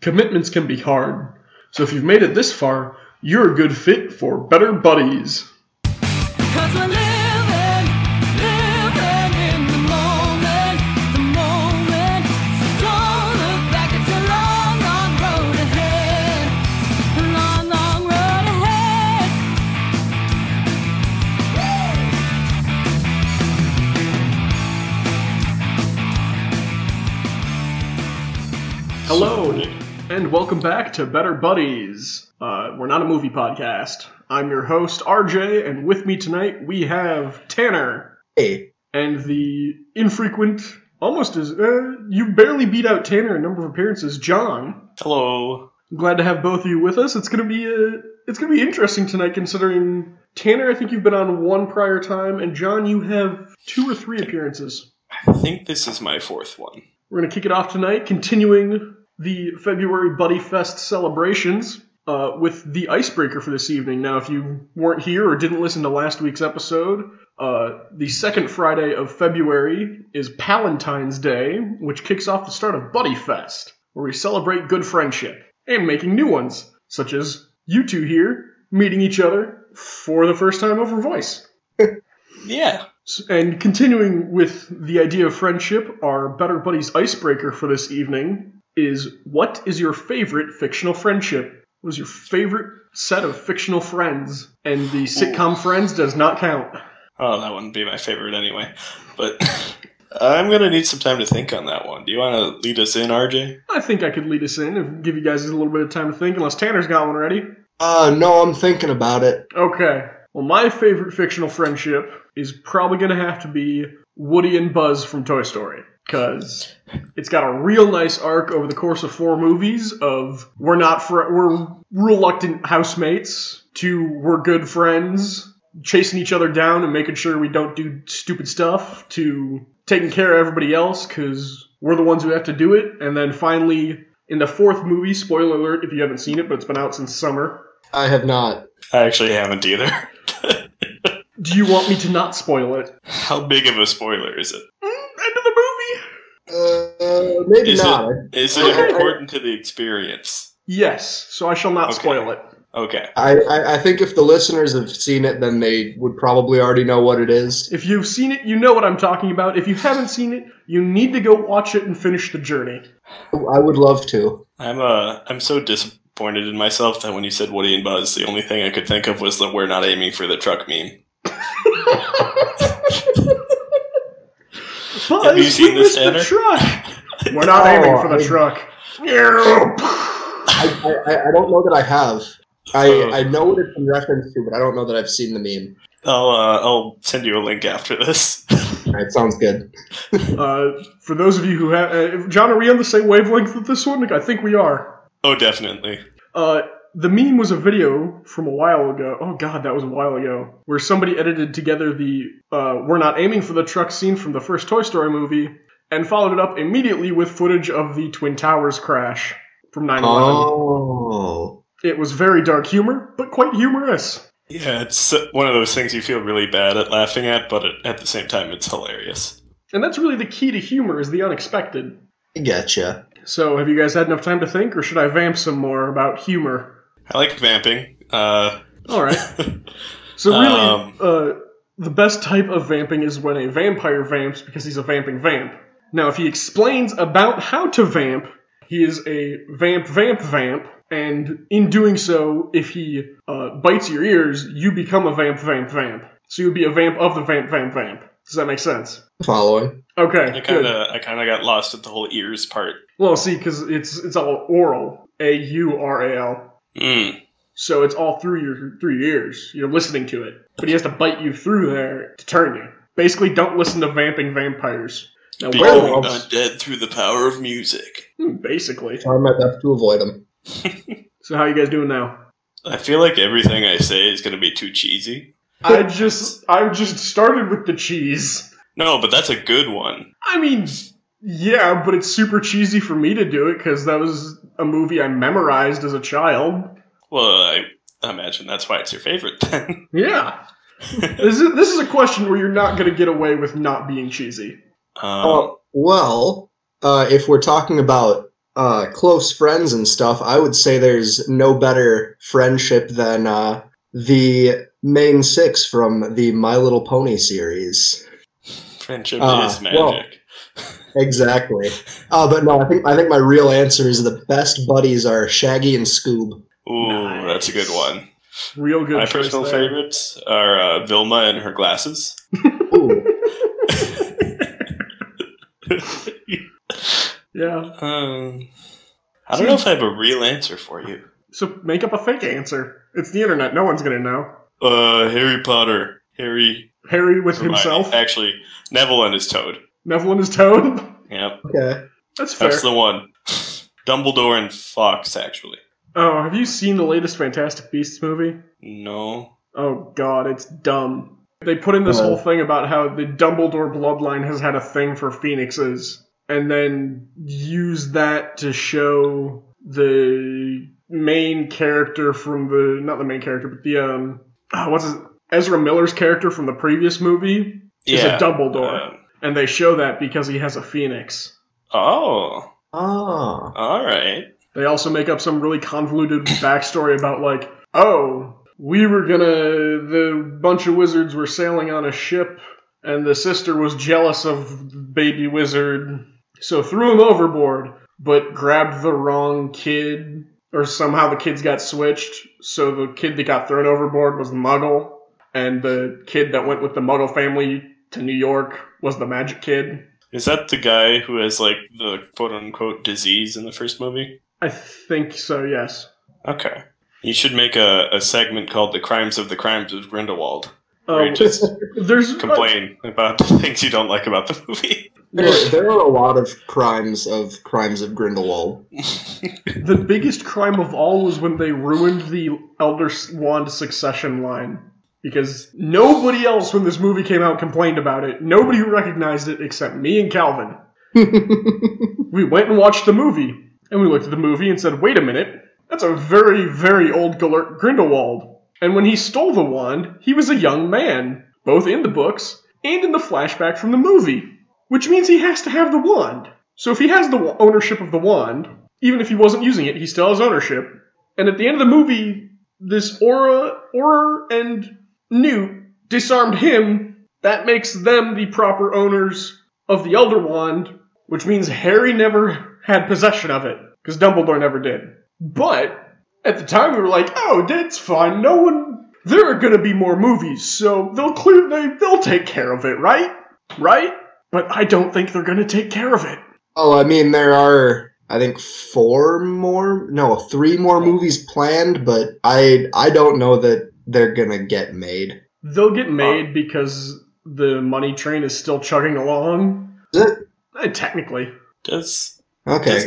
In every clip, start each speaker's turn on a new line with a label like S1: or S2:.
S1: Commitments can be hard, so if you've made it this far, you're a good fit for Better Buddies.
S2: Cause we're living, living in the moment, the moment. So don't look back, it's a long, long road ahead. A long, long road ahead.
S1: Hello, and welcome back to Better Buddies. Uh, we're not a movie podcast. I'm your host, RJ, and with me tonight we have Tanner
S3: Hey,
S1: and the infrequent, almost as uh, you barely beat out Tanner in number of appearances, John.
S4: Hello.
S1: Glad to have both of you with us. It's gonna be uh, it's gonna be interesting tonight, considering Tanner. I think you've been on one prior time, and John, you have two or three appearances.
S4: I think this is my fourth one.
S1: We're going to kick it off tonight, continuing the February Buddy Fest celebrations uh, with the icebreaker for this evening. Now, if you weren't here or didn't listen to last week's episode, uh, the second Friday of February is Palentine's Day, which kicks off the start of Buddy Fest, where we celebrate good friendship and making new ones, such as you two here meeting each other for the first time over voice.
S4: Yeah.
S1: S- And continuing with the idea of friendship, our Better Buddies icebreaker for this evening is what is your favorite fictional friendship? What was your favorite set of fictional friends? And the sitcom Friends does not count.
S4: Oh, that wouldn't be my favorite anyway. But I'm going to need some time to think on that one. Do you want to lead us in, RJ?
S1: I think I could lead us in and give you guys a little bit of time to think, unless Tanner's got one ready.
S3: uh, no, I'm thinking about it.
S1: Okay. Well, my favorite fictional friendship is probably going to have to be Woody and Buzz from Toy Story. Because it's got a real nice arc over the course of four movies of we're not fr- we're reluctant housemates to we're good friends, chasing each other down and making sure we don't do stupid stuff to taking care of everybody else because we're the ones who have to do it. And then finally, in the fourth movie, spoiler alert if you haven't seen it, but it's been out since summer,
S3: I have not.
S4: I actually haven't either.
S1: Do you want me to not spoil it?
S4: How big of a spoiler is it?
S1: Hmm, End of the movie?
S3: Uh, maybe
S4: Is
S3: not.
S4: Is it important to the experience?
S1: Yes, so I shall not
S4: Okay.
S1: spoil it.
S4: Okay.
S3: I, I, I think if the listeners have seen it, then they would probably already know what it is.
S1: If you've seen it, you know what I'm talking about. If you haven't seen it, you need to go watch it and finish the journey.
S3: I would love to.
S4: I'm uh I'm so disappointed in myself that when you said Woody and Buzz, the only thing I could think of was the we're not aiming for the truck meme.
S1: Buzz,
S4: Have you seen
S1: we missed
S4: this,
S1: the
S4: Tanner?
S1: truck. We're not aiming for the
S3: I-
S1: truck.
S3: I, I, I- I don't know that I have.
S4: Oh.
S3: I, I know what it's in reference to, but I don't know that I've seen the meme.
S4: I'll uh, I'll send you a link after this.
S3: All right, sounds good.
S1: uh, for those of you who have, uh, John, are we on the same wavelength with this one? I think we are.
S4: Oh, definitely.
S1: Uh, the meme was a video from a while ago. Oh god, that was a while ago, where somebody edited together the uh, "We're not aiming for the truck" scene from the first Toy Story movie, and followed it up immediately with footage of the Twin Towers crash from 9/11.
S3: Oh.
S1: It was very dark humor, but quite humorous.
S4: Yeah, it's one of those things you feel really bad at laughing at, but at- at the same time, it's hilarious.
S1: And that's really the key to humor is the unexpected.
S3: I getcha.
S1: So, have you guys had enough time to think, or should I vamp some more about humor?
S4: I like vamping. Uh,
S1: All right. So really,
S4: Um,
S1: uh, the best type of vamping is when a vampire vamps because he's a vamping vamp. Now, if he explains about how to vamp, he is a vamp, vamp, vamp, and in doing so, if he uh, bites your ears, you become a vamp, vamp, vamp. So you would be a vamp of the vamp, vamp, vamp. Does that make sense?
S3: Following.
S1: Okay,
S4: I
S1: good.
S4: kind of, I kind of got lost at the whole ears part.
S1: Well, see, because it's it's all oral, a u r a l.
S4: Mm.
S1: So it's all through your through your ears. You're listening to it, but he has to bite you through there to turn you. Basically, don't listen to vamping vampires. Now,
S4: Becoming
S1: werewolves,
S4: undead through the power of music.
S1: hmm, basically.
S3: Try my best to avoid them.
S1: So how you guys doing now?
S4: I feel like everything I say is going to be too cheesy.
S1: I just I just started with the cheese.
S4: No, but that's a good one.
S1: I mean, yeah, but it's super cheesy for me to do it because that was a movie I memorized as a child.
S4: Well, I imagine that's why it's your favorite then.
S1: Yeah. this is this is a question where you're not going to get away with not being cheesy.
S4: Um,
S3: Uh, well, uh, if we're uh, talking about uh, close friends and stuff, I would say there's no better friendship than uh, the main six from the My Little Pony series.
S4: Friendship
S3: Ah,
S1: uh,
S4: is magic.
S3: well. Exactly. Uh, but no, I think I think my real answer is the best buddies are Shaggy and Scoob.
S4: Ooh, that's a good
S1: Nice.
S4: one.
S1: Real good.
S4: My
S1: choice
S4: personal
S1: there.
S4: favorites are uh, Vilma and her glasses.
S3: Ooh,
S1: Yeah.
S4: um, I don't know if I have a real answer for you.
S1: So make up a fake answer. It's the internet. No one's gonna know.
S4: Uh, Harry Potter. Harry
S1: Harry with
S4: Hermione.
S1: himself.
S4: Actually, Neville and his toad.
S1: Neville and his toad.
S4: Yep,
S3: okay.
S1: That's fair.
S4: that's the one. Dumbledore and Fox, actually.
S1: oh, have you seen the latest Fantastic Beasts movie?
S4: No.
S1: Oh god, it's dumb. They put in this
S3: Oh.
S1: whole thing about how the Dumbledore bloodline has had a thing for phoenixes, and then use that to show the main character from the not the main character, but the um ah, what's his, Ezra Miller's character from the previous movie is
S4: Yeah.
S1: a Dumbledore,
S4: um,
S1: and they show that because he has a phoenix.
S4: oh,
S3: Ah,
S4: all right.
S1: They also make up some really convoluted backstory about like, oh, we were gonna the bunch of wizards were sailing on a ship and the sister was jealous of baby wizard, so threw him overboard, but grabbed the wrong kid or somehow the kids got switched, so the kid that got thrown overboard was the muggle and the kid that went with the muggle family to New York was the magic kid.
S4: Is that the guy who has like the quote unquote disease in the first movie?
S1: I think so, yes.
S4: Okay. You should make a, a segment called The Crimes of the Crimes of Grindelwald. Where
S1: Um,
S4: you just
S1: there's uh,
S4: complain about the things you don't like about the movie.
S3: there, there are a lot of crimes of crimes of Grindelwald.
S1: The biggest crime of all was when they ruined the Elder Wand succession line. Because nobody else, when this movie came out, complained about it. Nobody recognized it except me and Calvin. we went and watched the movie. And we looked at the movie and said, wait a minute, that's a very, very old Gal- Grindelwald. And when he stole the wand, he was a young man, both in the books and in the flashback from the movie. Which means he has to have the wand. So if he has the wa- ownership of the wand, even if he wasn't using it, he still has ownership. And at the end of the movie, this Aura, Aura and Newt disarmed him. That makes them the proper owners of the Elder Wand, which means Harry never had possession of it because Dumbledore never did. But at the time, we were like, "Oh, that's fine. No one. There are going to be more movies, so they'll clear. They they'll take care of it, right? Right? But I don't think they're going to take care of it.
S3: Oh, I mean, there are I think four more, no, three more movies planned, but I I don't know that they're gonna get made.
S1: They'll get made because the money train is still chugging along.
S3: Is it?
S1: Eh, technically,
S4: Does,
S3: Okay,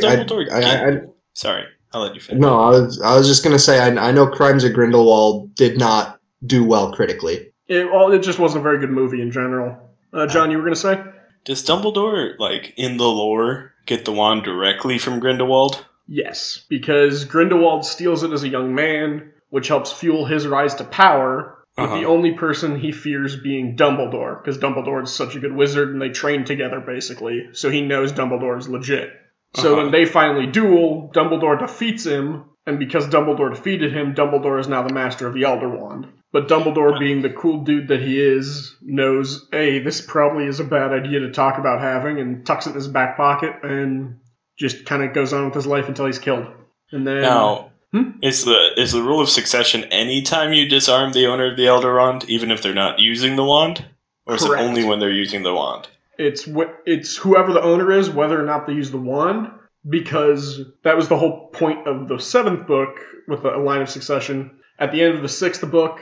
S4: does Dumbledore
S3: I, I, I,
S4: get- Sorry, I'll let you finish.
S3: no, I was I was just gonna say I, I know Crimes of Grindelwald did not do well critically.
S1: it well, it just wasn't a very good movie in general. Uh, John, you were going to say?
S4: Does Dumbledore, like, in the lore, get the wand directly from Grindelwald?
S1: Yes, because Grindelwald steals it as a young man, which helps fuel his rise to power. With
S4: Uh-huh.
S1: the only person he fears being Dumbledore, because Dumbledore is such a good wizard and they train together basically, so he knows Dumbledore is legit. So
S4: Uh-huh.
S1: when they finally duel, Dumbledore defeats him, and because Dumbledore defeated him, Dumbledore is now the master of the Elder Wand. But Dumbledore, being the cool dude that he is, knows, hey, this probably is a bad idea to talk about having, and tucks it in his back pocket and just kind of goes on with his life until he's killed. And then
S4: Now,
S1: Hmm?
S4: is the is the rule of succession anytime you disarm the owner of the Elder Wand, even if they're not using the wand, or is
S1: Correct.
S4: it only when they're using the wand?
S1: it's wh- it's whoever the owner is, whether or not they use the wand, because that was the whole point of the seventh book with the line of succession. At the end of the sixth book,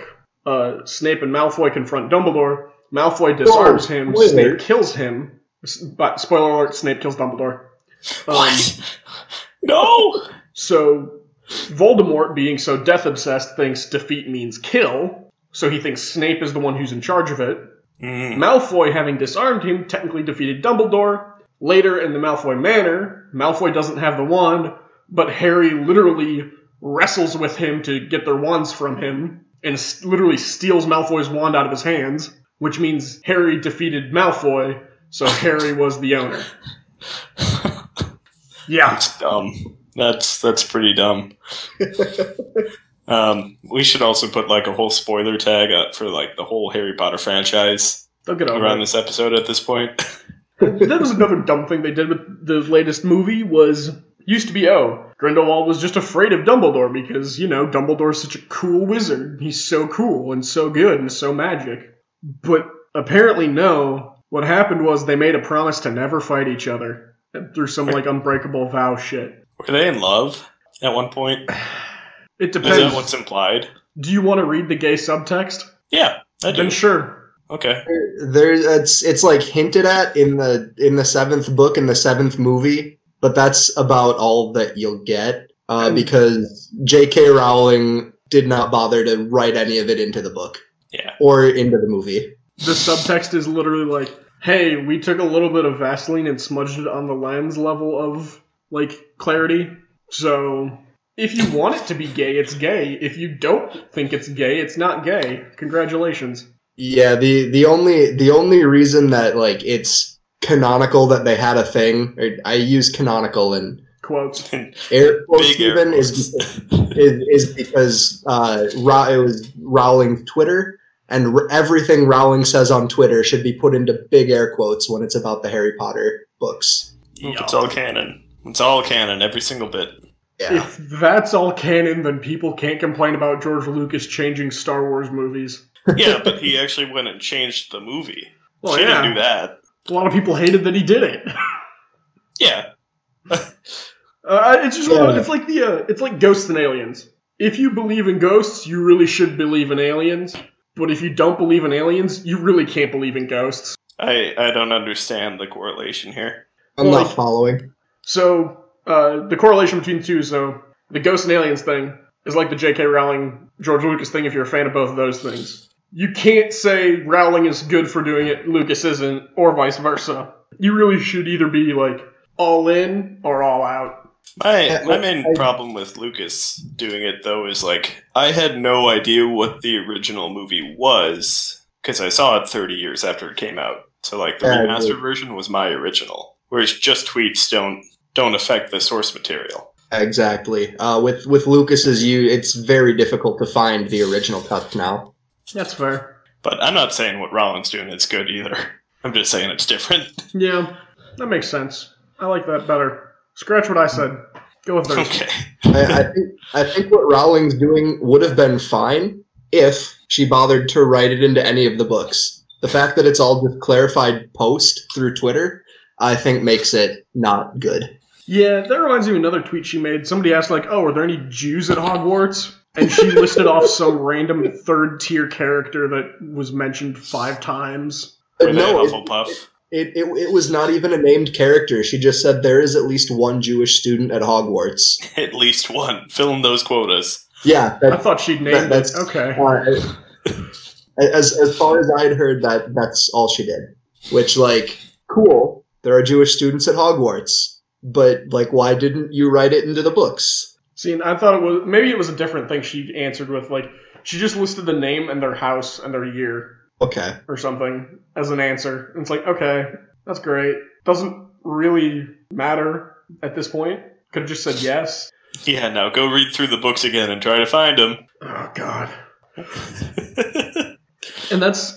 S1: uh, Snape and Malfoy confront Dumbledore. Malfoy disarms
S3: Whoa,
S1: him.
S3: spoiler.
S1: Snape kills him. S- But spoiler alert: Snape kills Dumbledore. Um,
S4: what? no.
S1: So Voldemort, being so death obsessed, thinks defeat means kill. So he thinks Snape is the one who's in charge of it.
S4: Mm,
S1: Malfoy, having disarmed him, technically defeated Dumbledore. Later in the Malfoy Manor, Malfoy doesn't have the wand, but Harry literally wrestles with him to get their wands from him and s- literally steals Malfoy's wand out of his hands, which means Harry defeated Malfoy, so Harry was the owner. Yeah.
S4: That's dumb. That's that's pretty dumb. um, we should also put like a whole spoiler tag up for like the whole Harry Potter franchise
S1: They'll get over
S4: around
S1: it.
S4: this episode at this point.
S1: that was another dumb thing they did with the latest movie was used to be oh grindelwald was just afraid of dumbledore because you know dumbledore's such a cool wizard he's so cool and so good and so magic but apparently no what happened was they made a promise to never fight each other through some like unbreakable vow shit
S4: Were they in love at one point?
S1: it
S4: Is that
S1: depends
S4: what's implied?
S1: do you want to read the gay subtext
S4: Yeah, I
S1: then
S4: do.
S1: sure
S4: Okay.
S3: There, it's it's like hinted at in the in the seventh book in the seventh movie, but that's about all that you'll get
S4: Hmm.
S3: uh, because J.K. Rowling did not bother to write any of it into the book,
S4: Yeah.
S3: or into the movie.
S1: the subtext is literally like hey we took a little bit of vaseline and smudged it on the lens level of like clarity so if you want it to be gay it's gay if you don't think it's gay it's not gay congratulations
S3: Yeah, the the only the only reason that like it's canonical that they had a thing, or I use canonical and
S1: quotes
S3: air quotes
S4: Big air
S3: even is is, is because uh, Ra- it was Rowling Twitter, and r- everything Rowling says on Twitter should be put into big air quotes when it's about the Harry Potter books.
S4: It's all canon. It's all canon. Every single bit.
S3: Yeah,
S1: if that's all canon then people can't complain about george lucas changing star wars movies
S4: Yeah, but he actually went and changed the movie.
S1: well
S4: she
S1: yeah
S4: didn't do that.
S1: a lot of people hated that he did it
S4: Yeah.
S1: Uh, it's just one of-
S3: Yeah.
S1: it's like the uh, it's like ghosts and aliens. If you believe in ghosts, you really should believe in aliens. But if you don't believe in aliens, you really can't believe in ghosts.
S4: I, I don't understand the correlation here.
S3: I'm
S1: well,
S3: not following.
S1: So uh, the correlation between the two is though the ghosts and aliens thing is like the J.K. Rowling George Lucas thing. If you're a fan of both of those things, you can't say Rowling is good for doing it, Lucas isn't, or vice versa. You really should either be like all in or all out.
S4: My
S3: Yeah,
S4: my
S3: I-
S4: main
S3: I-
S4: problem with Lucas doing it though is like I had no idea what the original movie was because I saw it 30 years after it came out. So like the
S3: Yeah, I
S4: remastered
S3: agree.
S4: version was my original, whereas just tweets don't don't affect the source material.
S3: Exactly. Uh, with with Lucas's, you it's very difficult to find the original cuts now.
S1: That's fair.
S4: But I'm not saying what Rollins doing is good either. I'm just saying it's different.
S1: Yeah, that makes sense. I like that better. Scratch what I said. Go with theirs.
S4: okay.
S3: I, I think I think what Rowling's doing would have been fine if she bothered to write it into any of the books. The fact that it's all just clarified post through Twitter, I think makes it not good.
S1: Yeah, that reminds me of another tweet she made. Somebody asked, like, oh, are there any Jews at Hogwarts? And she listed off some random third tier character that was mentioned five times.
S4: Were they
S3: no,
S4: no,
S3: it,
S4: Hufflepuff?
S3: it, it, it was not even a named character. She just said there is at least one Jewish student at Hogwarts.
S4: At least one. Fill in those quotas.
S3: Yeah,
S1: I
S3: that,
S1: thought she'd named it.
S3: that's-
S1: Okay.
S3: uh, as as far as I'd heard, that that's all she did. Which, like, cool. There are Jewish students at Hogwarts, but like, why didn't you write it into the books?
S1: See, and I thought it was maybe it was a different thing she answered with, like, she just listed the name and their house and their year
S3: Okay,
S1: or something as an answer. And it's like, okay, that's great. Doesn't really matter at this point. Could have just said yes.
S4: Yeah, now go read through the books again and try to find them.
S1: Oh god. and that's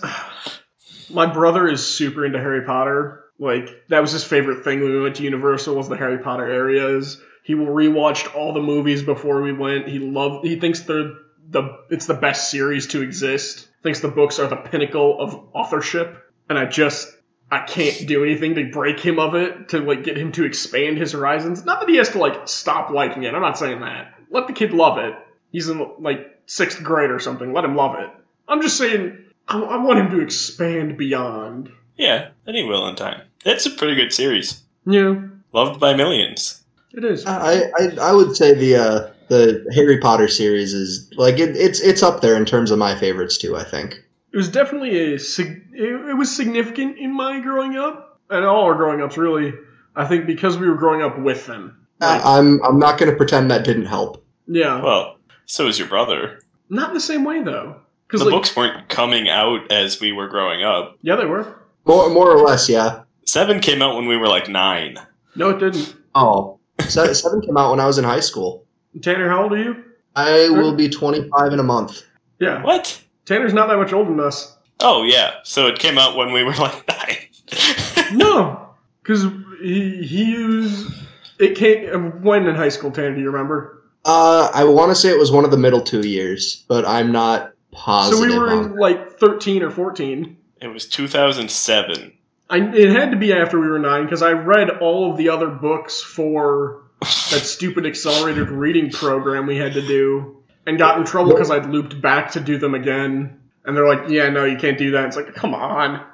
S1: my brother is super into Harry Potter. Like that was his favorite thing when we went to Universal was the Harry Potter areas. He rewatched all the movies before we went. He loved he thinks they're the it's the best series to exist. Thinks the books are the pinnacle of authorship. And I just I can't do anything to break him of it, to like get him to expand his horizons. Not that he has to like stop liking it. I'm not saying that. Let the kid love it he's in like sixth grade or something. Let him love it. I'm just saying, I, I want him to expand beyond.
S4: Yeah, and he will in time. It's a pretty good series.
S1: Yeah,
S4: Loved by millions.
S1: it is.
S3: I I, I would say the uh, the Harry Potter series is like it, it's it's up there in terms of my favorites too. I think.
S1: it was definitely a sig- it, it was significant in my growing up and all our growing ups really. I think because we were growing up with them.
S3: I, I'm I'm not going to pretend that didn't help.
S1: Yeah,
S4: Well, so is your brother.
S1: not in the same way though.
S4: The
S1: Because like,
S4: books weren't coming out as we were growing up.
S1: yeah, they were.
S3: More more or less, yeah.
S4: Seven came out when we were like nine.
S1: No, it didn't.
S3: Oh, Se- Seven came out when I was in high school.
S1: Tanner, how old are you?
S3: I will be 25 in a month.
S1: Yeah.
S4: What?
S1: Tanner's not that much older than us.
S4: Oh yeah. So it came out when we were like nine.
S1: No, because he he used it came when in high school. Tanner, do you remember?
S3: Uh, I want to say it was one of the middle two years, but I'm not positive.
S1: so we were
S3: on
S1: in like thirteen or fourteen.
S4: it was 2007.
S1: I, it had to be after we were nine because I read all of the other books for that stupid accelerated reading program we had to do and got in trouble because I'd looped back to do them again. And they're like, yeah, no, you can't do that. It's like, come on.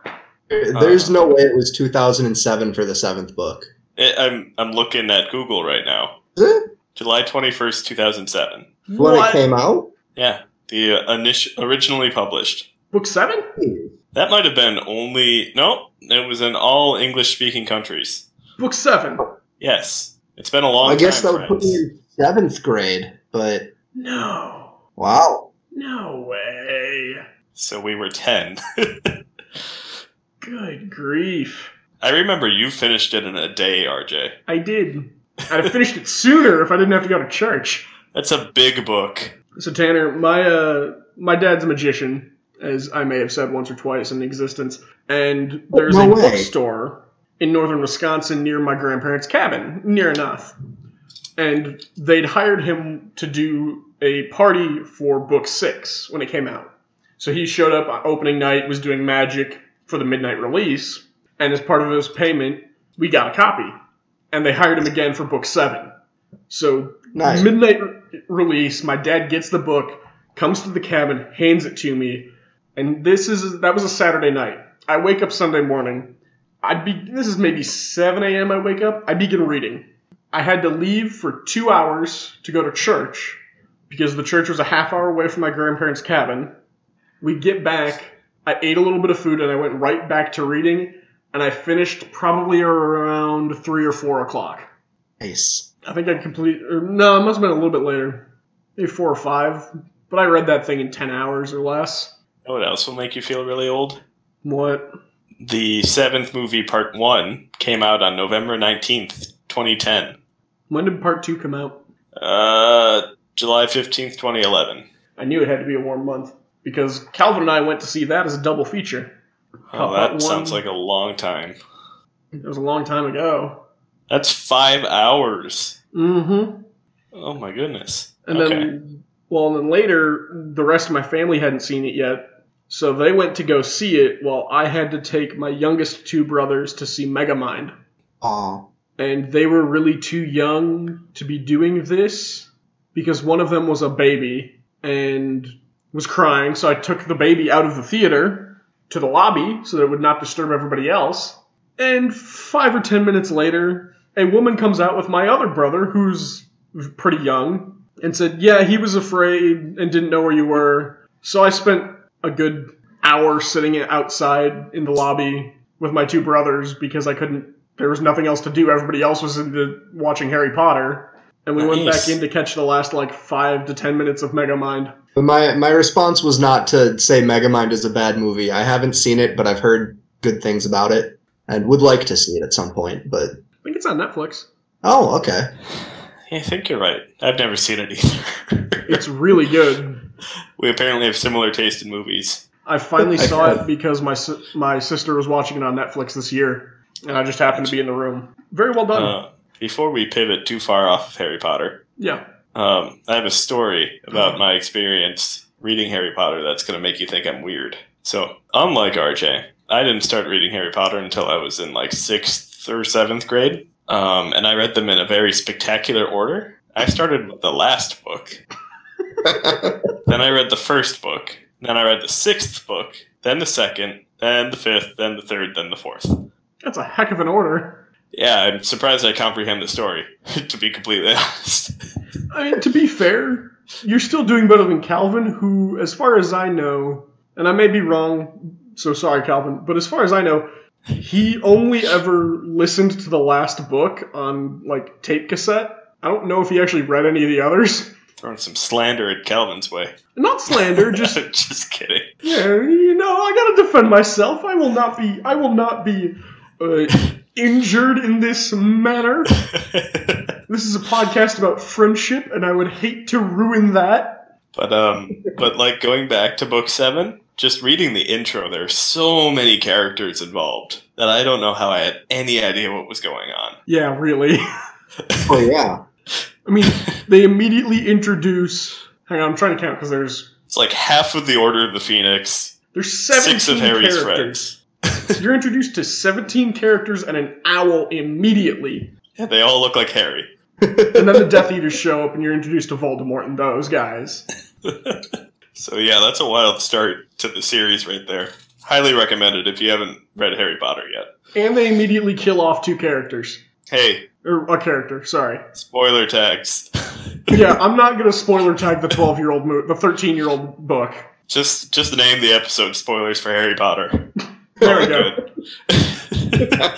S3: it. There's
S4: uh,
S3: no way it was 2007 for the seventh book.
S4: I- I'm I'm looking at Google right now.
S3: Is it?
S4: July 21st, 2007.
S3: When
S1: What?
S3: it came out?
S4: Yeah, the uh, init- originally published.
S1: Book seven?
S4: That might have been only no. It was in all English speaking countries.
S1: Book seven.
S4: Yes, it's been a long.
S3: I guess that
S4: time,
S3: would put me
S4: friends.
S3: in seventh grade, but
S1: No.
S3: wow.
S1: No way.
S4: So we were ten.
S1: Good grief.
S4: I remember you finished it in a day, RJ.
S1: I did. I'd have finished it sooner if I didn't have to go to church.
S4: That's a big book.
S1: So Tanner, my uh, my dad's a magician, as I may have said once or twice in existence, and there's
S3: No
S1: a
S3: way.
S1: bookstore in northern Wisconsin near my grandparents' cabin, near enough. And they'd hired him to do a party for book six when it came out. So he showed up on opening night, was doing magic for the midnight release, and as part of his payment, we got a copy. And they hired him again for book seven. So
S3: Nice.
S1: midnight re- release my dad gets the book comes to the cabin hands it to me and this is that was a saturday night i wake up sunday morning i'd be this is maybe 7 a.m i wake up i begin reading i had to leave for two hours to go to church because the church was a half hour away from my grandparents cabin we get back i ate a little bit of food and i went right back to reading and i finished probably around 3 or 4 o'clock
S3: Nice.
S1: I think I complete. Or no, it must have been a little bit later, maybe four or five. But I read that thing in ten hours or less.
S4: You know what else will make you feel really old?
S1: What?
S4: The seventh movie, part one, came out on November 19th, 2010.
S1: When did part two come out?
S4: Uh, July 15th, 2011.
S1: I knew it had to be a warm month because Calvin and I went to see that as a double feature.
S4: Oh,
S1: Part
S4: that
S1: one.
S4: sounds like a long time.
S1: It was a long time ago.
S4: That's five hours.
S1: Mm-hmm.
S4: Oh my goodness.
S1: And
S4: okay.
S1: then, well, and then later, the rest of my family hadn't seen it yet, so they went to go see it while I had to take my youngest two brothers to see Megamind.
S3: Aw.
S1: and they were really too young to be doing this because one of them was a baby and was crying. So I took the baby out of the theater to the lobby so that it would not disturb everybody else. And five or ten minutes later, a woman comes out with my other brother, who's pretty young, and said, Yeah, he was afraid and didn't know where you were. So I spent a good hour sitting outside in the lobby with my two brothers because I couldn't. There was nothing else to do. Everybody else was into watching Harry Potter, and we went
S4: Nice.
S1: back in to catch the last like five to ten minutes of Megamind.
S3: But my, my response was not to say Megamind is a bad movie. I haven't seen it, but I've heard good things about it and would like to see it at some point. But
S1: I think it's on Netflix.
S3: oh, okay.
S4: Yeah, I think you're right. I've never seen it either.
S1: It's really good.
S4: we apparently have similar taste in movies.
S1: I finally
S3: I
S1: saw
S3: could.
S1: it because my si- my sister was watching it on Netflix this year, and I just happened to be in the room. Very well done.
S4: Uh, before we pivot too far off of Harry Potter,
S1: yeah.
S4: um, I have a story about my experience reading Harry Potter that's going to make you think I'm weird. So, unlike RJ, I didn't start reading Harry Potter until I was in like sixth or seventh grade. Um, and I read them in a very spectacular order. I started with the last book, Then I read the first book. Then I read the sixth book. Then the second. Then the fifth. Then the third. Then the fourth.
S1: That's a heck of an order.
S4: Yeah, I'm surprised I comprehend the story, to be completely honest.
S1: I mean, to be fair, you're still doing better than Calvin, who, as far as I know, and I may be wrong, so sorry, Calvin, but as far as I know, he only ever listened to the last book on, like, tape cassette. I don't know if he actually read any of the others.
S4: Throwing some slander at Calvin's way.
S1: Not slander, just
S4: Just kidding.
S1: Yeah, you know, I gotta defend myself. I will not be. I will not be uh, injured in this manner. This is a podcast about friendship, and I would hate to ruin that.
S4: But um, but like going back to book seven, just reading the intro, there are so many characters involved that I don't know how I had any idea what was going on.
S1: Yeah, really.
S3: Oh yeah,
S1: I mean, they immediately introduce. Hang on, I'm trying to count because there's
S4: It's like half of the Order of the Phoenix,
S1: there's 17
S4: six of Harry's
S1: characters. So you're introduced to 17 characters and an owl immediately,
S4: friends. Yeah, they all look like Harry.
S1: and then the Death Eaters show up, and you're introduced to Voldemort and those guys.
S4: So yeah, that's a wild start to the series right there. Highly recommended if you haven't read Harry Potter yet.
S1: And they immediately kill off two characters.
S4: Hey,
S1: Or a character, sorry.
S4: spoiler tags.
S1: Yeah, I'm not gonna spoiler tag the 12 year old, mo- the 13 year old book.
S4: Just just name the episode spoilers for Harry Potter.
S1: There we go.
S4: okay,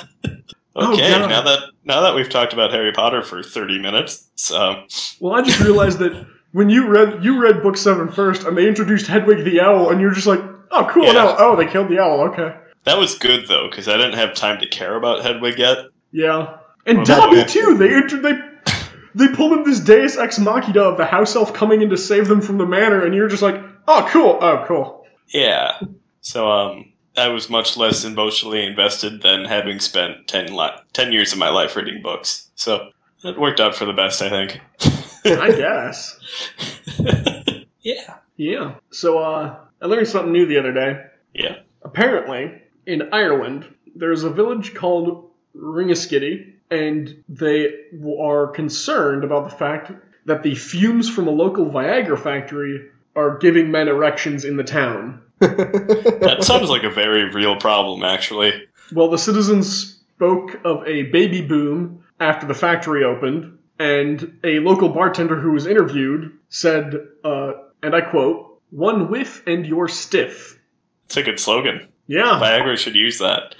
S1: Oh, God.
S4: now that now that we've talked about Harry Potter for thirty minutes, um, so
S1: Well, I just realized that when you read you read book seven first, and they introduced Hedwig the owl, and you're just like, oh, cool,
S4: Yeah.
S1: now oh, they killed the owl, okay,
S4: that was good though because I didn't have time to care about Hedwig yet.
S1: yeah. And
S4: Well,
S1: Dobby
S4: that-
S1: too. They inter- they they pulled in this Deus ex machina of the house elf coming in to save them from the manor, and you're just like, oh, cool, oh, cool.
S4: Yeah, so um, I was much less emotionally invested than having spent 10, li- 10 years of my life reading books. So it worked out for the best, I think.
S1: I guess.
S4: Yeah.
S1: Yeah. So uh, I learned something new the other day.
S4: Yeah.
S1: Apparently, in Ireland, there's a village called Ringaskiddy, and they w- are concerned about the fact that the fumes from a local Viagra factory are giving men erections in the town.
S4: That sounds like a very real problem, actually.
S1: Well, the citizens spoke of a baby boom after the factory opened, and a local bartender who was interviewed said, uh, and I quote, one whiff and you're stiff.
S4: It's a good slogan.
S1: Yeah.
S4: Viagra should use that.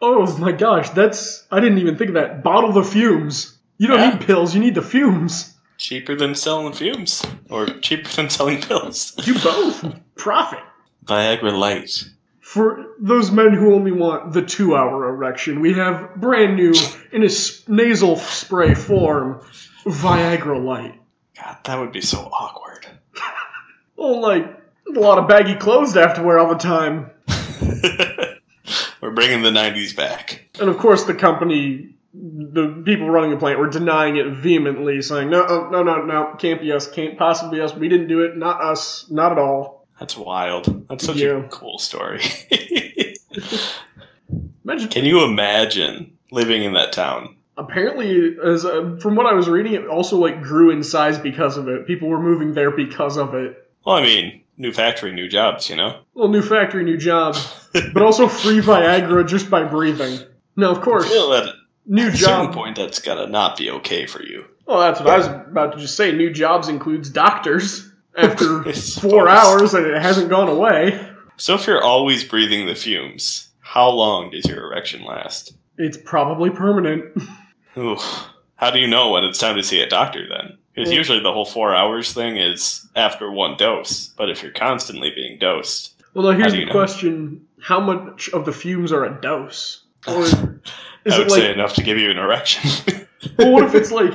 S1: Oh my gosh, that's I didn't even think of that. Bottle the fumes. You don't
S4: Yeah.
S1: need pills, you need the fumes.
S4: Cheaper than selling fumes, or cheaper than selling pills.
S1: Do both. Profit.
S4: Viagra Light.
S1: For those men who only want the two hour erection, we have brand new in a s- nasal spray form Viagra Light.
S4: God, that would be so awkward.
S1: Oh, like a lot of baggy clothes to have to wear all the time.
S4: We're bringing the 90s back.
S1: And of course, the company, the people running the plant, were denying it vehemently, saying, no, oh, no, no, no, can't be us, can't possibly us, we didn't do it, not us, not at all.
S4: That's wild. That's such
S1: Yeah.
S4: a cool story.
S1: Imagine
S4: Can you imagine living in that town?
S1: apparently as uh, from what i was reading it also like grew in size because of it people were moving there because of it
S4: Well, I mean, new factory, new jobs, you know?
S1: well new factory new jobs but also free viagra just by breathing now of
S4: I
S1: course
S4: feel that at
S1: new
S4: a certain
S1: job
S4: point that's gotta not be okay for you.
S1: well that's what i was about to just say new jobs includes doctors after four
S4: I suppose.
S1: hours and it hasn't gone away
S4: So if you're always breathing the fumes, how long does your erection last?
S1: it's probably permanent
S4: Ooh. How do you know when it's time to see a doctor then? Because
S1: Yeah.
S4: usually the whole four hours thing is after one dose. But if you're constantly being dosed,
S1: well now here's
S4: do
S1: the
S4: you know?
S1: question how much of the fumes are a dose or is
S4: I
S1: it
S4: would
S1: like
S4: say enough to give you an erection.
S1: Well, what if it's like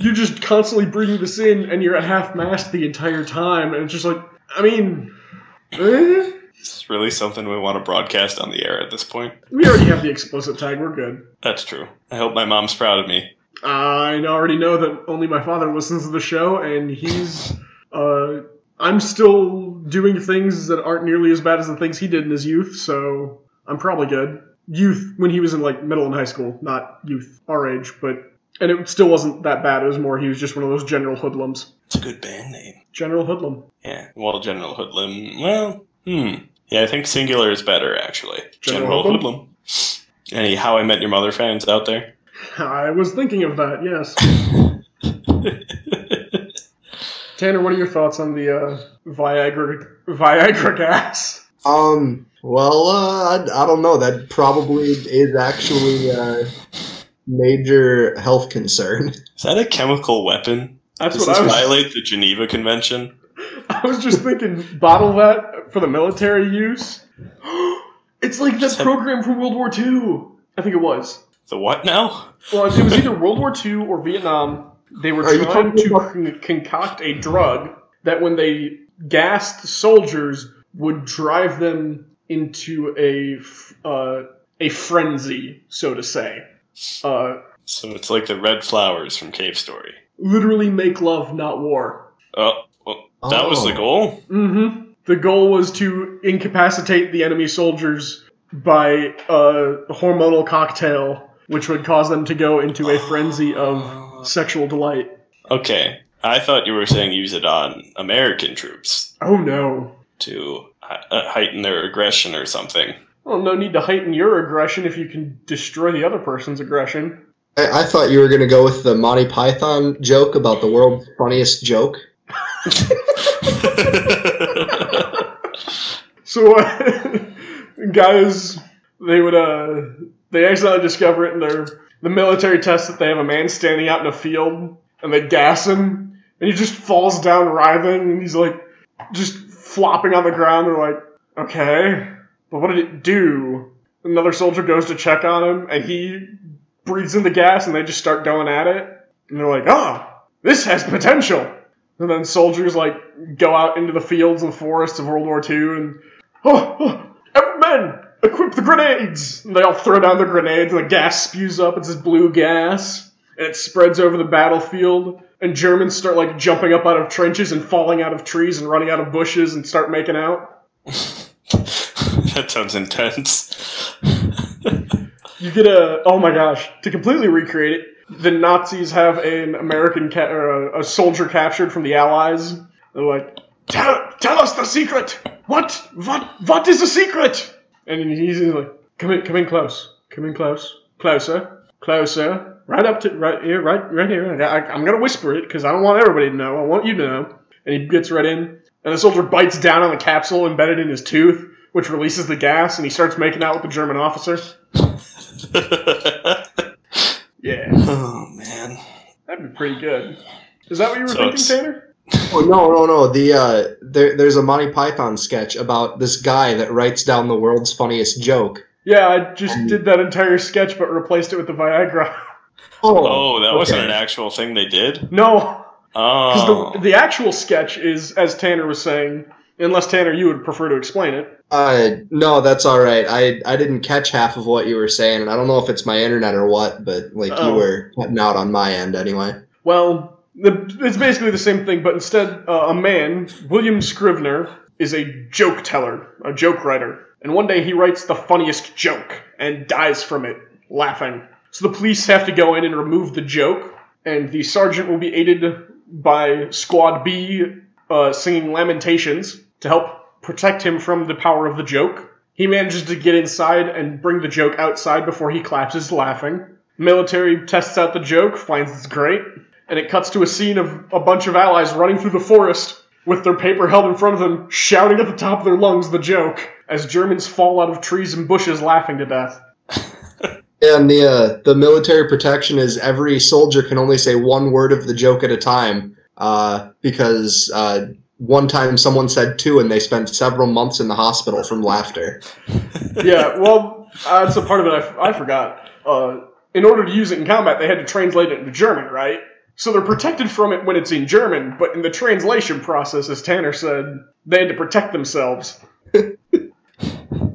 S1: you're just constantly breathing this in and you're at half mast the entire time, and it's just like, I mean, eh?
S4: it's really something we want to broadcast on the air at this point.
S1: we already have the explicit tag, we're good.
S4: That's true. I hope my mom's proud of me.
S1: I already know that only my father listens to the show, and he's, uh, I'm still doing things that aren't nearly as bad as the things he did in his youth, so I'm probably good. Youth when he was in like middle and high school, not youth our age, but and it still wasn't that bad. It was more he was just one of those general hoodlums.
S4: It's a good band name.
S1: General hoodlum.
S4: Yeah. Well, General Hoodlum. Well, hmm. Yeah, I think singular is better, actually.
S1: General
S4: General,
S1: Hoodlum?
S4: Hoodlum. Any How I Met Your Mother fans out there?
S1: I was thinking of that, yes. Tanner, what are your thoughts on the uh, Viagra Viagra gas?
S3: Um. Well, uh, I, I don't know. That probably is actually a major health concern.
S4: Is that a chemical weapon?
S1: That's
S4: Does
S1: what
S4: this
S1: I was.
S4: violate the Geneva Convention?
S1: I was just thinking, bottle that for the military use. It's like that
S4: Just have-
S1: program from World War II. I think it was.
S4: The what now?
S1: Well, it was either World War II or Vietnam. They were
S3: Are you
S1: trying
S3: talking
S1: to
S3: about-
S1: con- concoct a drug that, when they gassed soldiers, would drive them into a f- uh, a frenzy, so to say. Uh,
S4: So it's like the red flowers from Cave Story.
S1: literally, make love, not war.
S4: Oh, well, that was the
S3: Oh.
S4: goal.
S1: Mm-hmm. The goal was to incapacitate the enemy soldiers by a hormonal cocktail, which would cause them to go into a frenzy of sexual delight.
S4: Okay, I thought you were saying use it on American troops
S1: Oh no.
S4: to uh, uh, heighten their aggression or something.
S1: Well, no need to heighten your aggression if you can destroy the other person's aggression.
S3: I, I thought you were going to go with the Monty Python joke about the world's funniest joke.
S1: So, uh, guys, they would, uh, they accidentally discover it in their, the military test that they have a man standing out in a field and they gas him and he just falls down writhing and he's like, just flopping on the ground. They're like, okay, but what did it do? Another soldier goes to check on him and he breathes in the gas and they just start going at it. And they're like, ah, this has potential. And then soldiers like go out into the fields and forests of World War II and oh, oh every men equip the grenades. And they all throw down their grenades and the gas spews up. It's this blue gas and it spreads over the battlefield. And Germans start like jumping up out of trenches and falling out of trees and running out of bushes and start making out.
S4: that sounds intense.
S1: You get a oh my gosh to completely recreate it. The Nazis have an American ca- or a, a soldier captured from the Allies. They're like, tell, tell us the secret. What what what is the secret? And he's like, come in come in close, come in close, closer, closer, right up to right here, right right here. I, I'm gonna whisper it because I don't want everybody to know. I want you to know. And he gets right in, and the soldier bites down on the capsule embedded in his tooth, which releases the gas, and he starts making out with the German officer. Yeah.
S4: oh man.
S1: That'd be pretty good. Is that what you were
S4: So
S1: thinking,
S4: it's-
S1: Tanner?
S3: Oh no, no, no. The uh, there, there's a Monty Python sketch about this guy that writes down the world's funniest joke.
S1: Yeah, I just did that entire sketch but replaced it with the Viagra.
S4: Oh, that wasn't
S3: okay.
S4: an actual thing they did.
S1: No,
S4: Oh,
S1: because the, the actual sketch is, as Tanner was saying, unless Tanner, you would prefer to explain it.
S3: Uh, no, that's all right. I I didn't catch half of what you were saying, and I don't know if it's my internet or what, but like
S1: Oh.
S3: you were cutting out on my end anyway.
S1: Well, the, it's basically the same thing, but instead, uh, a man, William Scrivener, is a joke teller, a joke writer. And one day he writes the funniest joke and dies from it, laughing. So the police have to go in and remove the joke, and the sergeant will be aided by Squad B uh, singing Lamentations to help protect him from the power of the joke. He manages to get inside and bring the joke outside before he collapses laughing. Military tests out the joke, finds it's great, and it cuts to a scene of a bunch of allies running through the forest with their paper held in front of them, shouting at the top of their lungs the joke as Germans fall out of trees and bushes laughing to death.
S3: And the uh, the military protection is every soldier can only say one word of the joke at a time, uh, because uh, one time someone said two, and they spent several months in the hospital from laughter.
S1: yeah, well, uh, that's a part of it I, f- I forgot. Uh, in order to use it in combat, they had to translate it into German, right? So they're protected from it when it's in German, but in the translation process, as Tanner said, they had to protect themselves.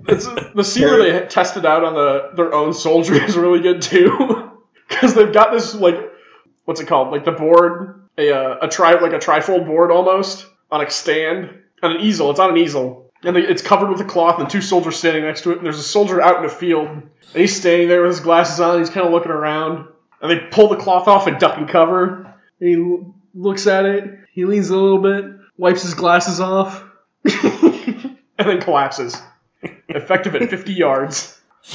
S1: it's, the scene where they tested out on the their own soldier is really good too, because they've got this like what's it called? Like the board, a uh, a tri like a trifold board almost on a stand on an easel. It's on an easel, and they, it's covered with a cloth, and two soldiers standing next to it. And there's a soldier out in a field, and he's standing there with his glasses on. And he's kind of looking around, and they pull the cloth off and duck and cover. And he l- looks at it. He leans a little bit, wipes his glasses off, and then collapses. Effective at 50 yards.
S3: I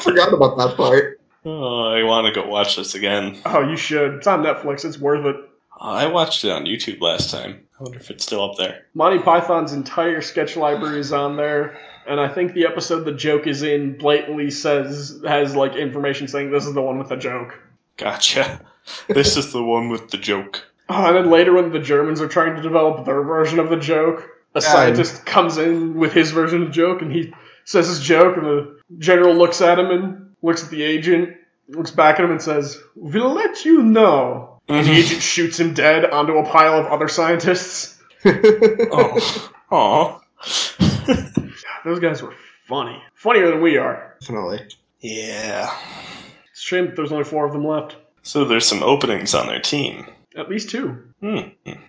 S3: forgot about that part.
S4: oh, I want to go watch this again.
S1: Oh, you should. It's on Netflix. It's worth it.
S4: I watched it on YouTube last time. I wonder if it's still up there.
S1: Monty Python's entire sketch library is on there, and I think the episode the joke is in blatantly says has like information saying this is the one with the joke.
S4: Gotcha. this is the one with the joke.
S1: Ah, Oh, and then later when the Germans are trying to develop their version of the joke, a scientist comes in with his version of the joke and he says his joke and the general looks at him and looks at the agent looks back at him and says we'll let you know and
S4: Mm-hmm.
S1: the agent shoots him dead onto a pile of other scientists
S4: oh, aw.
S1: those guys were funny funnier than we are
S3: Definitely.
S4: yeah.
S1: it's a shame that there's only four of them left
S4: So there's some openings on their team.
S1: at least two
S4: Hmm.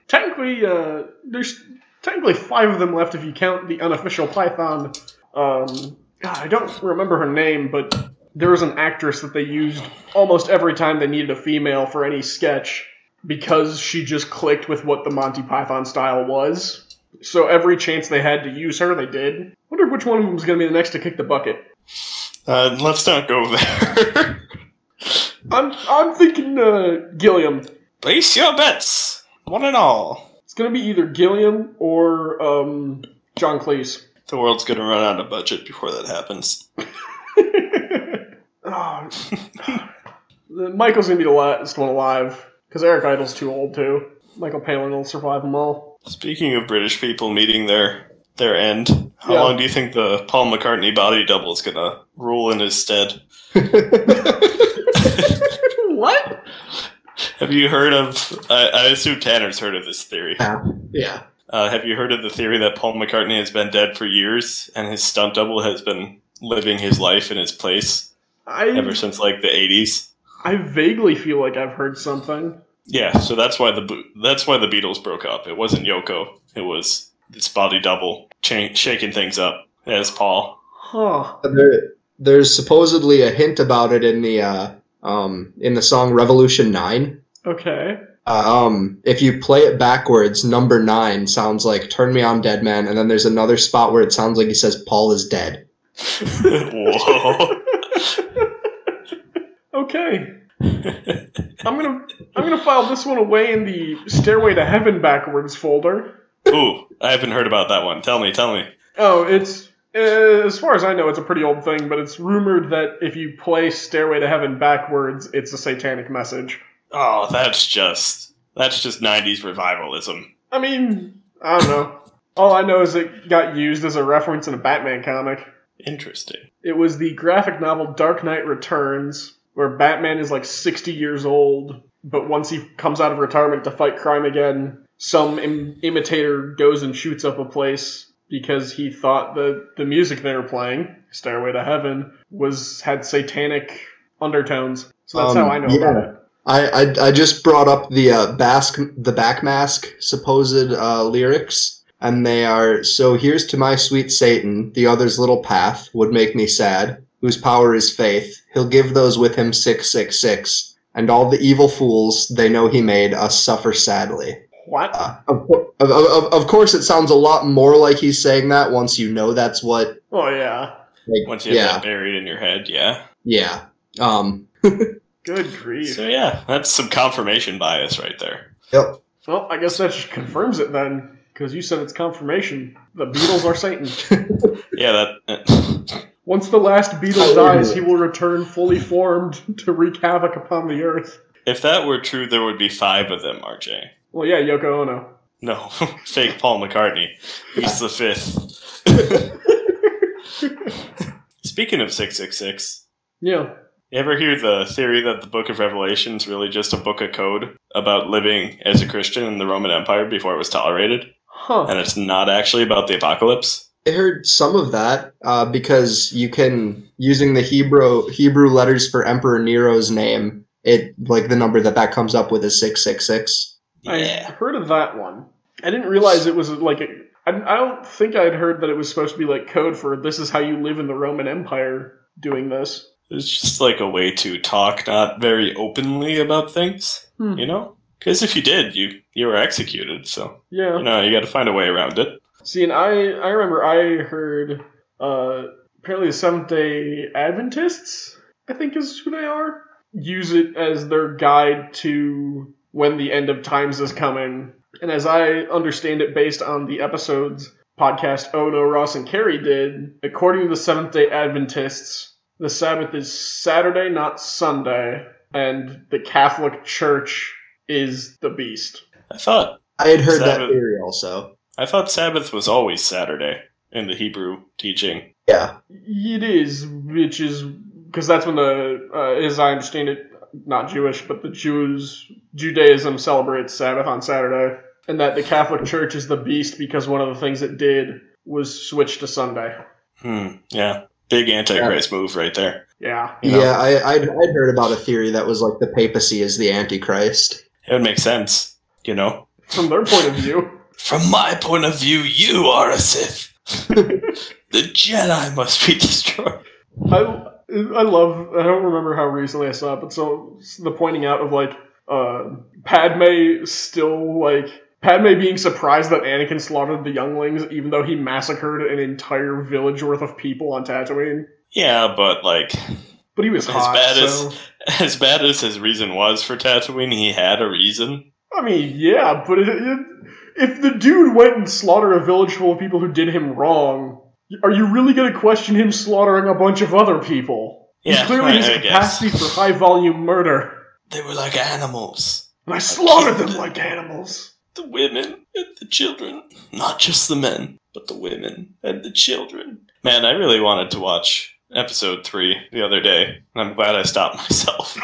S1: technically uh, there's technically five of them left if you count the unofficial python um, God, i don't remember her name but there was an actress that they used almost every time they needed a female for any sketch because she just clicked with what the monty python style was so every chance they had to use her they did wonder which one of them was going to be the next to kick the bucket
S4: Uh, let's not go there.
S1: i'm, I'm thinking uh, gilliam
S4: Place your bets, one and all.
S1: it's going to be either gilliam or um, john cleese
S4: The world's gonna run out of budget before that happens.
S1: Oh. Michael's gonna be the last one alive because Eric Idle's too old too. Michael Palin will survive them all.
S4: Speaking of British people meeting their their end, how
S1: Yeah.
S4: long do you think the Paul McCartney body double is gonna rule in his stead?
S1: what?
S4: Have you heard of? I, I assume Tanner's heard of this theory.
S3: Yeah.
S4: Uh, have you heard of the theory that Paul McCartney has been dead for years and his stunt double has been living his life in his place ever
S1: I
S4: since like the 80s?
S1: I vaguely feel like I've heard something.
S4: Yeah, so that's why the Bo- that's why the Beatles broke up. It wasn't Yoko. It was this body double cha- shaking things up as Paul.
S1: Huh.
S3: There, there's supposedly a hint about it in the uh, um, in the song Revolution Nine.
S1: Okay.
S3: Uh, um, if you play it backwards, number nine sounds like "Turn Me On, Dead Man," and then there's another spot where it sounds like he says "Paul is dead."
S4: Whoa.
S1: Okay. I'm gonna I'm gonna file this one away in the Stairway to Heaven backwards folder.
S4: Ooh, I haven't heard about that one. Tell me, tell me.
S1: Oh, it's uh, as far as I know, it's a pretty old thing, but it's rumored that if you play Stairway to Heaven backwards, it's a satanic message.
S4: Oh, that's just that's just 90s revivalism.
S1: I mean, I don't know. All I know is it got used as a reference in a Batman comic.
S4: Interesting.
S1: It was the graphic novel Dark Knight Returns, where Batman is like 60 years old, but once he comes out of retirement to fight crime again, some Im- imitator goes and shoots up a place because he thought the the music they were playing, Stairway to Heaven, was had satanic undertones. So that's
S3: Um,
S1: how I know
S3: yeah.
S1: about it.
S3: I, I, I just brought up the uh, Basque the backmask supposed uh, lyrics, and they are so here's to my sweet Satan, the other's little path would make me sad, whose power is faith. He'll give those with him six six six, and all the evil fools they know he made us suffer sadly.
S1: What?
S3: Uh, of, cour- of, of, of course, it sounds a lot more like he's saying that once you know that's what.
S1: Oh yeah.
S3: Like,
S4: Once you have
S3: yeah,
S4: that buried in your head, yeah.
S3: yeah. Um,
S1: Good grief.
S4: So yeah, that's some confirmation bias right there.
S3: yep.
S1: Well, I guess that just confirms it then, because you said it's confirmation. The Beatles are Satan.
S4: Yeah, that
S1: Once the last Beatle
S3: Oh,
S1: dies, he
S3: really?
S1: will return fully formed to wreak havoc upon the earth.
S4: if that were true, there would be five of them, RJ.
S1: Well, yeah, Yoko Ono.
S4: No, fake Paul McCartney. He's the fifth. Speaking of six six six,
S1: Yeah.
S4: you ever hear the theory that the Book of Revelation is really just a book of code about living as a Christian in the Roman Empire before it was tolerated,
S1: Huh.
S4: and it's not actually about the apocalypse?
S3: I heard some of that uh, because you can using the Hebrew Hebrew letters for Emperor Nero's name. It like the number that that comes up with is six six six.
S1: I heard of that one. I didn't realize it was like a. I, I don't think I'd heard that it was supposed to be like code for this is how you live in the Roman Empire doing this.
S4: It's just like a way to talk not very openly about things,
S1: Hmm.
S4: you know? Because if you did, you you were executed. So
S1: Yeah.
S4: you know you got to find a way around it.
S1: See, and I I remember I heard uh, apparently the Seventh Day Adventists, I think is who they are, use it as their guide to when the end of times is coming. And as I understand it, based on the episodes podcast Oh No Ross and Carrie did, according to the Seventh Day Adventists, the Sabbath is Saturday, not Sunday, and the Catholic Church is the beast.
S4: I thought
S3: I had heard that
S4: Sabbath.
S3: theory also.
S4: I thought Sabbath was always Saturday in the Hebrew teaching.
S3: Yeah.
S1: It is, which is because that's when the, uh, as I understand it, not Jewish, but the Jews Judaism celebrates Sabbath on Saturday, and that the Catholic Church is the beast because one of the things it did was switch to Sunday.
S4: Hmm. Yeah. Big antichrist move right there.
S1: Yeah,
S4: You know?
S3: Yeah, I, I'd, I'd heard about a theory that was like the papacy is the Antichrist.
S4: It would make sense, you know?
S1: from their point of view,
S4: From my point of view, you are a Sith. the Jedi must be destroyed.
S1: I I love. I don't remember how recently I saw it, but so the pointing out of like uh, Padme still like. Padme being surprised that Anakin slaughtered the younglings, even though he massacred an entire village worth of people on Tatooine.
S4: Yeah, but like
S1: But he was
S4: As
S1: hot.
S4: bad as-
S1: so-
S4: as bad as his reason was for Tatooine, he had a reason.
S1: I mean, yeah, but it, it, if the dude went and slaughtered a village full of people who did him wrong, are you really going to question him slaughtering a bunch of other people?
S4: Yeah,
S1: he clearly
S4: I-
S1: has
S4: I
S1: a capacity for high volume murder,
S4: They were like animals.
S1: and I slaughtered
S4: killed
S1: them
S4: it.
S1: like animals.
S4: The women and the children. Not just the men, but the women and the children. Man, I really wanted to watch episode three the other day, and I'm glad I stopped myself.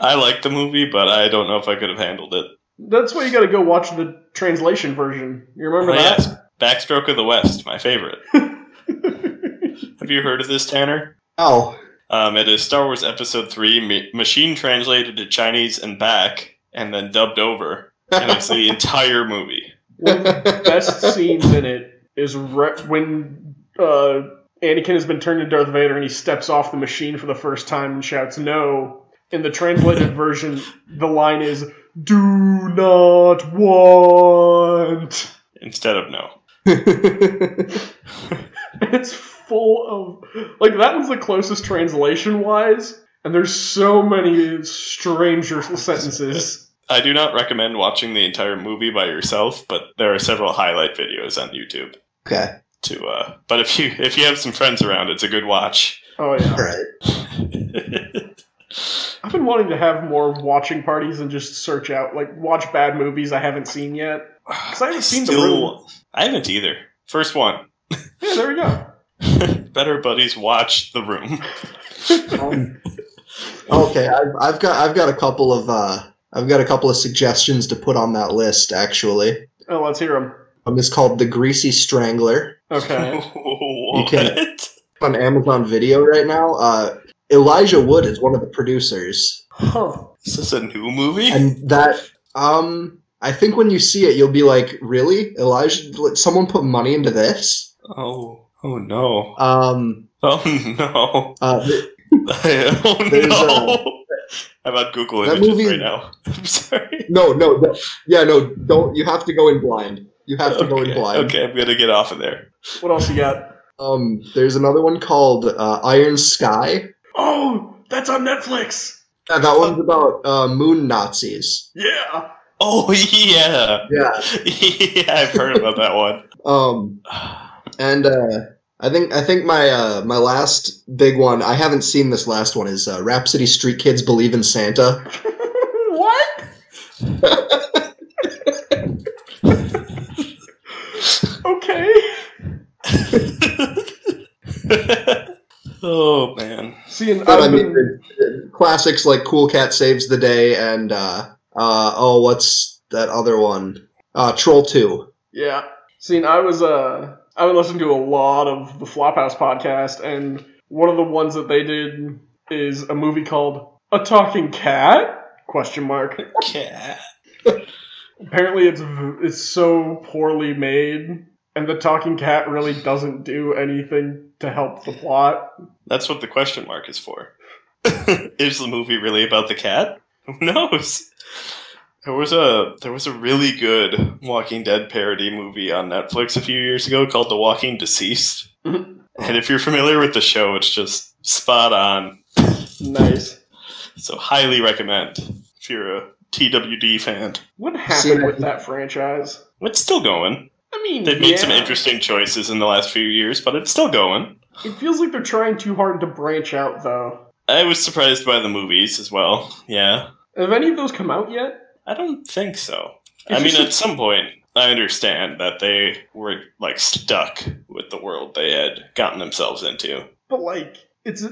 S4: I like the movie, but I don't know if I could have handled it.
S1: That's why you got to go watch the translation version. You remember
S4: Oh,
S1: that?
S4: yes. Backstroke of the West, my favorite. Have you heard of this, Tanner?
S3: Oh,
S4: Um, it is Star Wars Episode 3, ma- machine translated to Chinese and back, and then dubbed over. And it's the entire movie.
S1: One of the best scenes in it is re- when uh, Anakin has been turned into Darth Vader and he steps off the machine for the first time and shouts no. In the translated version, the line is "Do not want."
S4: Instead of no.
S1: It's full of like that was the closest translation wise, and there's so many stranger sentences.
S4: I do not recommend watching the entire movie by yourself, but there are several highlight videos on YouTube.
S3: okay.
S4: To, uh, but if you if you have some friends around, it's a good watch.
S1: Oh yeah.
S3: All right.
S1: I've been wanting to have more watching parties and just search out, like, watch bad movies I haven't seen yet. I haven't seen The Room.
S4: I haven't either. First one.
S1: Yeah, there we go.
S4: Better buddies watch The Room.
S3: Okay, I've, I've got I've got a couple of uh, I've got a couple of suggestions to put on that list. Actually,
S1: Oh, let's hear them.
S3: um, it's called The Greasy Strangler
S1: Okay.
S4: what?
S3: can't- It's on Amazon Video right now. Uh, Elijah Wood is one of the producers,
S1: Huh.
S4: Is this a new movie?
S3: and that um, I think when you see it, you'll be like, "Really, Elijah? Let Someone put money into this?"
S4: Oh, oh no.
S3: Um,
S4: Oh no.
S3: uh,
S4: oh
S3: There's,
S4: no. I'm on Google
S3: that
S4: Images
S3: movie-
S4: right now. I'm sorry.
S3: No, no, no. yeah, no. Don't. You have to go in blind. You have to go in
S4: Okay,
S3: blind.
S4: okay, I'm gonna get off of there.
S1: What else you got?
S3: Um, there's another one called uh, Iron Sky.
S1: Oh, that's on Netflix.
S3: Uh, that one's about uh, moon Nazis.
S1: Yeah.
S4: Oh yeah.
S3: Yeah.
S4: yeah, I've heard about that one.
S3: Um, and uh, I think I think my uh, my last big one. I haven't seen this last one. Is uh, Rhapsody Street Kids Believe in Santa?
S1: what? okay.
S4: oh man.
S1: Seeing
S3: But, I
S1: I've
S3: mean,
S1: been,
S3: the- the classics like Cool Cat Saves the Day and uh, uh, oh, what's that other one? Uh, Troll Two.
S1: yeah. Seeing I was uh I would listen to a lot of the Flophouse podcast, and one of the ones that they did is a movie called A Talking Cat? Question mark.
S4: Cat.
S1: apparently it's v- it's so poorly made and the talking cat really doesn't do anything to help the plot
S4: That's what the question mark is for. is the movie really about the cat? Who knows? There was a there was a really good Walking Dead parody movie on Netflix a few years ago called The Walking Deceased.
S3: Mm-hmm.
S1: Mhm.
S4: And if you're familiar with the show, it's just spot on.
S1: nice
S4: So highly recommend if you're a TWD fan.
S1: what
S3: See,
S1: happened
S3: I
S1: with
S3: think-
S1: that franchise
S4: It's still going.
S1: i mean
S4: They've made some
S1: yeah,
S4: interesting choices in the last few years, but it's still going.
S1: it feels like they're trying too hard to branch out though
S4: I was surprised by the movies as well. Yeah.
S1: have any of those come out yet
S4: I don't think so. I
S1: It's
S4: mean,
S1: just-
S4: at some point, I understand that they were like stuck with the world they had gotten themselves into.
S1: But like, it's.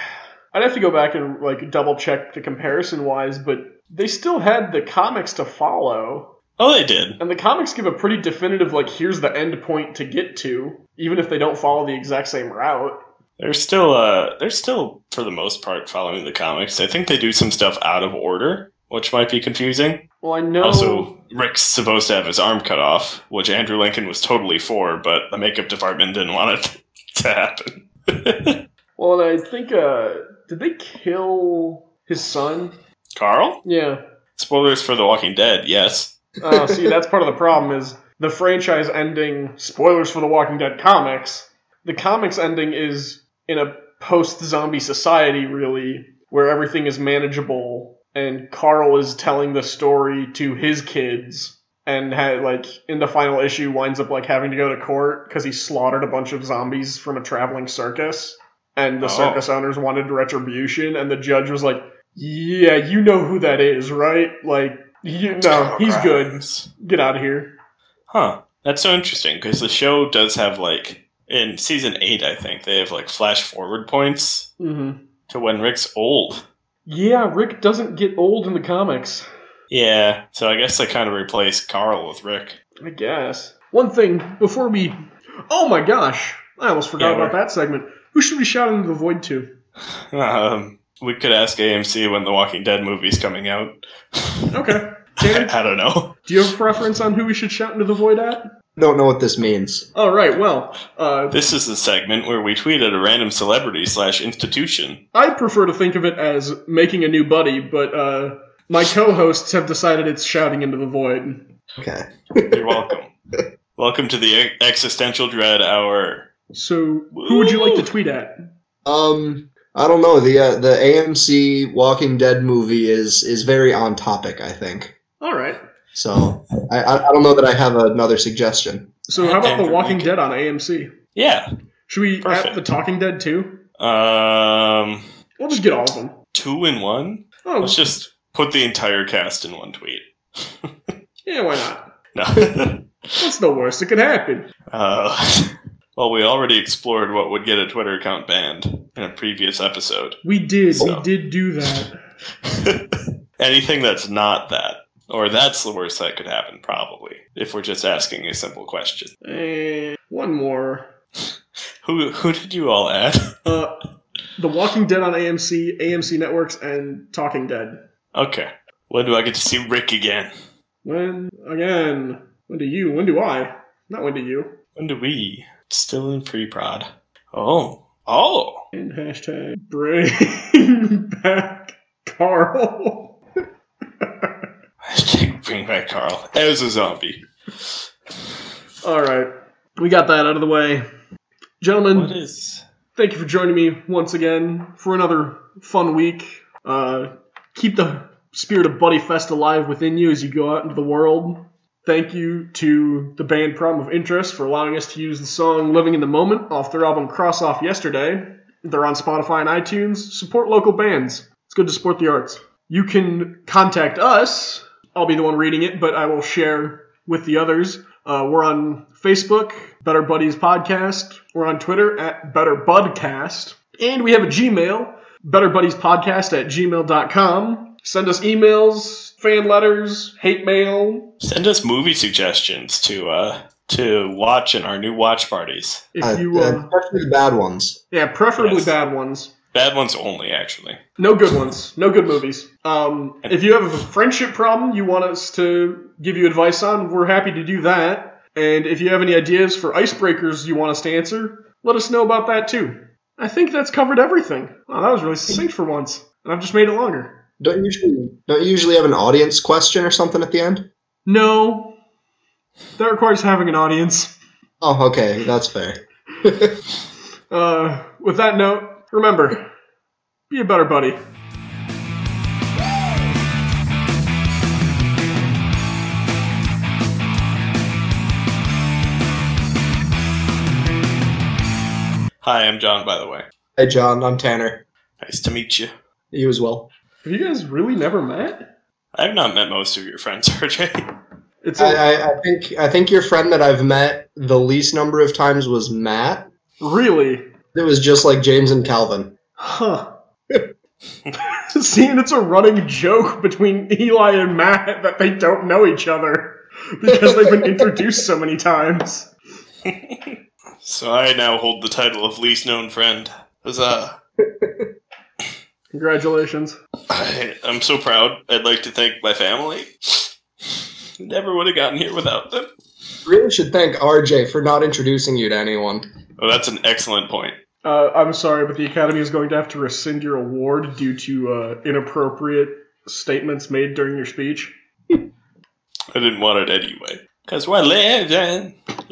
S1: I'd have to go back and like double check the comparison wise, but they still had the comics to follow,
S4: Oh, they did.
S1: and the comics give a pretty definitive like, here's the end point to get to, even if they don't follow the exact same route.
S4: They're still, uh, they're still for the most part following the comics. I think they do some stuff out of order, which might be confusing.
S1: Well, I know.
S4: Also, Rick's supposed to have his arm cut off, which Andrew Lincoln was totally for, but the makeup department didn't want it to happen.
S1: well, and I think uh, did they kill his son?
S4: Carl?
S1: Yeah.
S4: Spoilers for The Walking Dead. Yes.
S1: Uh, see, that's part of the problem is the franchise ending. Spoilers for the Walking Dead comics. The comics ending is in a post-zombie society, really, where everything is manageable, and Carl is telling the story to his kids, and had like in the final issue winds up like having to go to court because he slaughtered a bunch of zombies from a traveling circus, and the
S4: Oh.
S1: circus owners wanted retribution, and the judge was like, "Yeah, you know who that is, right? Like, you no, he's good." get out of here.
S4: Huh. That's so interesting because the show does have like in season eight, I think they have like flash forward points
S1: Mm-hmm.
S4: to when Rick's old.
S1: Yeah, Rick doesn't get old in the comics.
S4: Yeah, so I guess they kind of replace Carl with Rick.
S1: I guess. One thing before we. Oh my gosh! I almost forgot
S4: Yeah,
S1: about
S4: we're-
S1: that segment. Who should we shout into the void to?
S4: Um, we could ask AMC when the Walking Dead movie's coming out.
S1: Okay. Tanner,
S4: I don't know.
S1: do you have a preference on who we should shout into the void at?
S3: Don't know what this means.
S1: All right. Well, uh,
S4: This is the segment where we tweet at a random celebrity slash institution.
S1: I prefer to think of it as making a new buddy, but uh, my co-hosts have decided it's shouting into the void.
S3: Okay.
S4: You're welcome. welcome to the e-, existential dread hour.
S1: So, who would you like to tweet at?
S3: Um, I don't know. The uh, the AMC Walking Dead movie is is very on topic. I think
S1: All right.
S3: so. I I I don't know that I have another suggestion.
S1: So, how about The
S4: Andrew
S1: Walking
S4: Lincoln.
S1: Dead on AMC?
S4: Yeah.
S1: Should we at
S4: Perfect.
S1: The Talking Dead too?
S4: Um,
S1: We'll just get all of them.
S4: two in one.
S1: Oh,
S4: Let's just put the entire cast in one tweet.
S1: yeah, why not?
S4: No.
S1: What's the worst that could happen?
S4: uh, well, we already explored what would get a Twitter account banned in a previous episode.
S1: We did, we
S4: So.
S1: did do that.
S4: Anything that's not that, or that's the worst that could happen, probably, if we're just asking a simple question.
S1: And one more.
S4: Who who did you all add?
S1: Uh, the Walking Dead on AMC, AMC Networks, and Talking Dead.
S4: okay. When do I get to see Rick again?
S1: When again? When do you? When do I? Not when do you?
S4: When do we? Still in pre prod. Oh. Oh.
S1: And hashtag bring back Carl.
S4: Hashtag bring back Carl as a zombie.
S1: All right, we got that out of the way, gentlemen.
S4: What is.
S1: thank you for joining me once again for another fun week. Uh, keep the spirit of Buddy Fest alive within you as you go out into the world. Thank you to the band Problem of Interest for allowing us to use the song Living in the Moment off their album Cross Off yesterday. They're on Spotify and iTunes. Support local bands. It's good to support the arts. You can contact us. I'll be the one reading it, but I will share with the others. Uh, we're on Facebook, Better Buddies Podcast. We're on Twitter at Better Budcast. And we have a Gmail, betterbuddiespodcast at gmail.com. Send us emails, fan letters, hate mail.
S4: Send us movie suggestions to uh to watch in our new watch parties.
S3: Uh,
S1: If you, uh,
S3: especially the bad ones.
S1: yeah, preferably
S4: yes.
S1: bad ones.
S4: Bad ones only, actually.
S1: No good ones. No good movies. Um, if you have a friendship problem you want us to give you advice on, we're happy to do that. And if you have any ideas for icebreakers you want us to answer, let us know about that too. I think that's covered everything. Wow, that was really succinct for once. And I've just made it longer.
S3: Don't you usually don't you usually have an audience question or something at the end?
S1: No. That requires having an audience.
S3: Oh, okay, that's fair.
S1: Uh, with that note, remember be a better buddy.
S4: Hi, I'm John, by the way.
S3: Hey, John, I'm Tanner.
S4: Nice to meet you.
S3: You as well.
S1: Have you guys really never met?
S4: I've not met most of your friends, RJ.
S1: It's a,
S3: I, I, I think I think your friend that I've met the least number of times was Matt.
S1: really,
S3: It was just like James and Calvin.
S1: huh? Seeing it's a running joke between Eli and Matt that they don't know each other because they've been introduced so many times.
S4: So I now hold the title of least known friend. Huzzah.
S1: Congratulations.
S4: I, I'm so proud. I'd like to thank my family. Never would have gotten here without them.
S3: Really should thank RJ for not introducing you to anyone.
S4: Oh, that's an excellent point.
S1: Uh, I'm sorry, but the Academy is going to have to rescind your award due to uh, inappropriate statements made during your speech.
S4: I didn't want it anyway. Because we're living.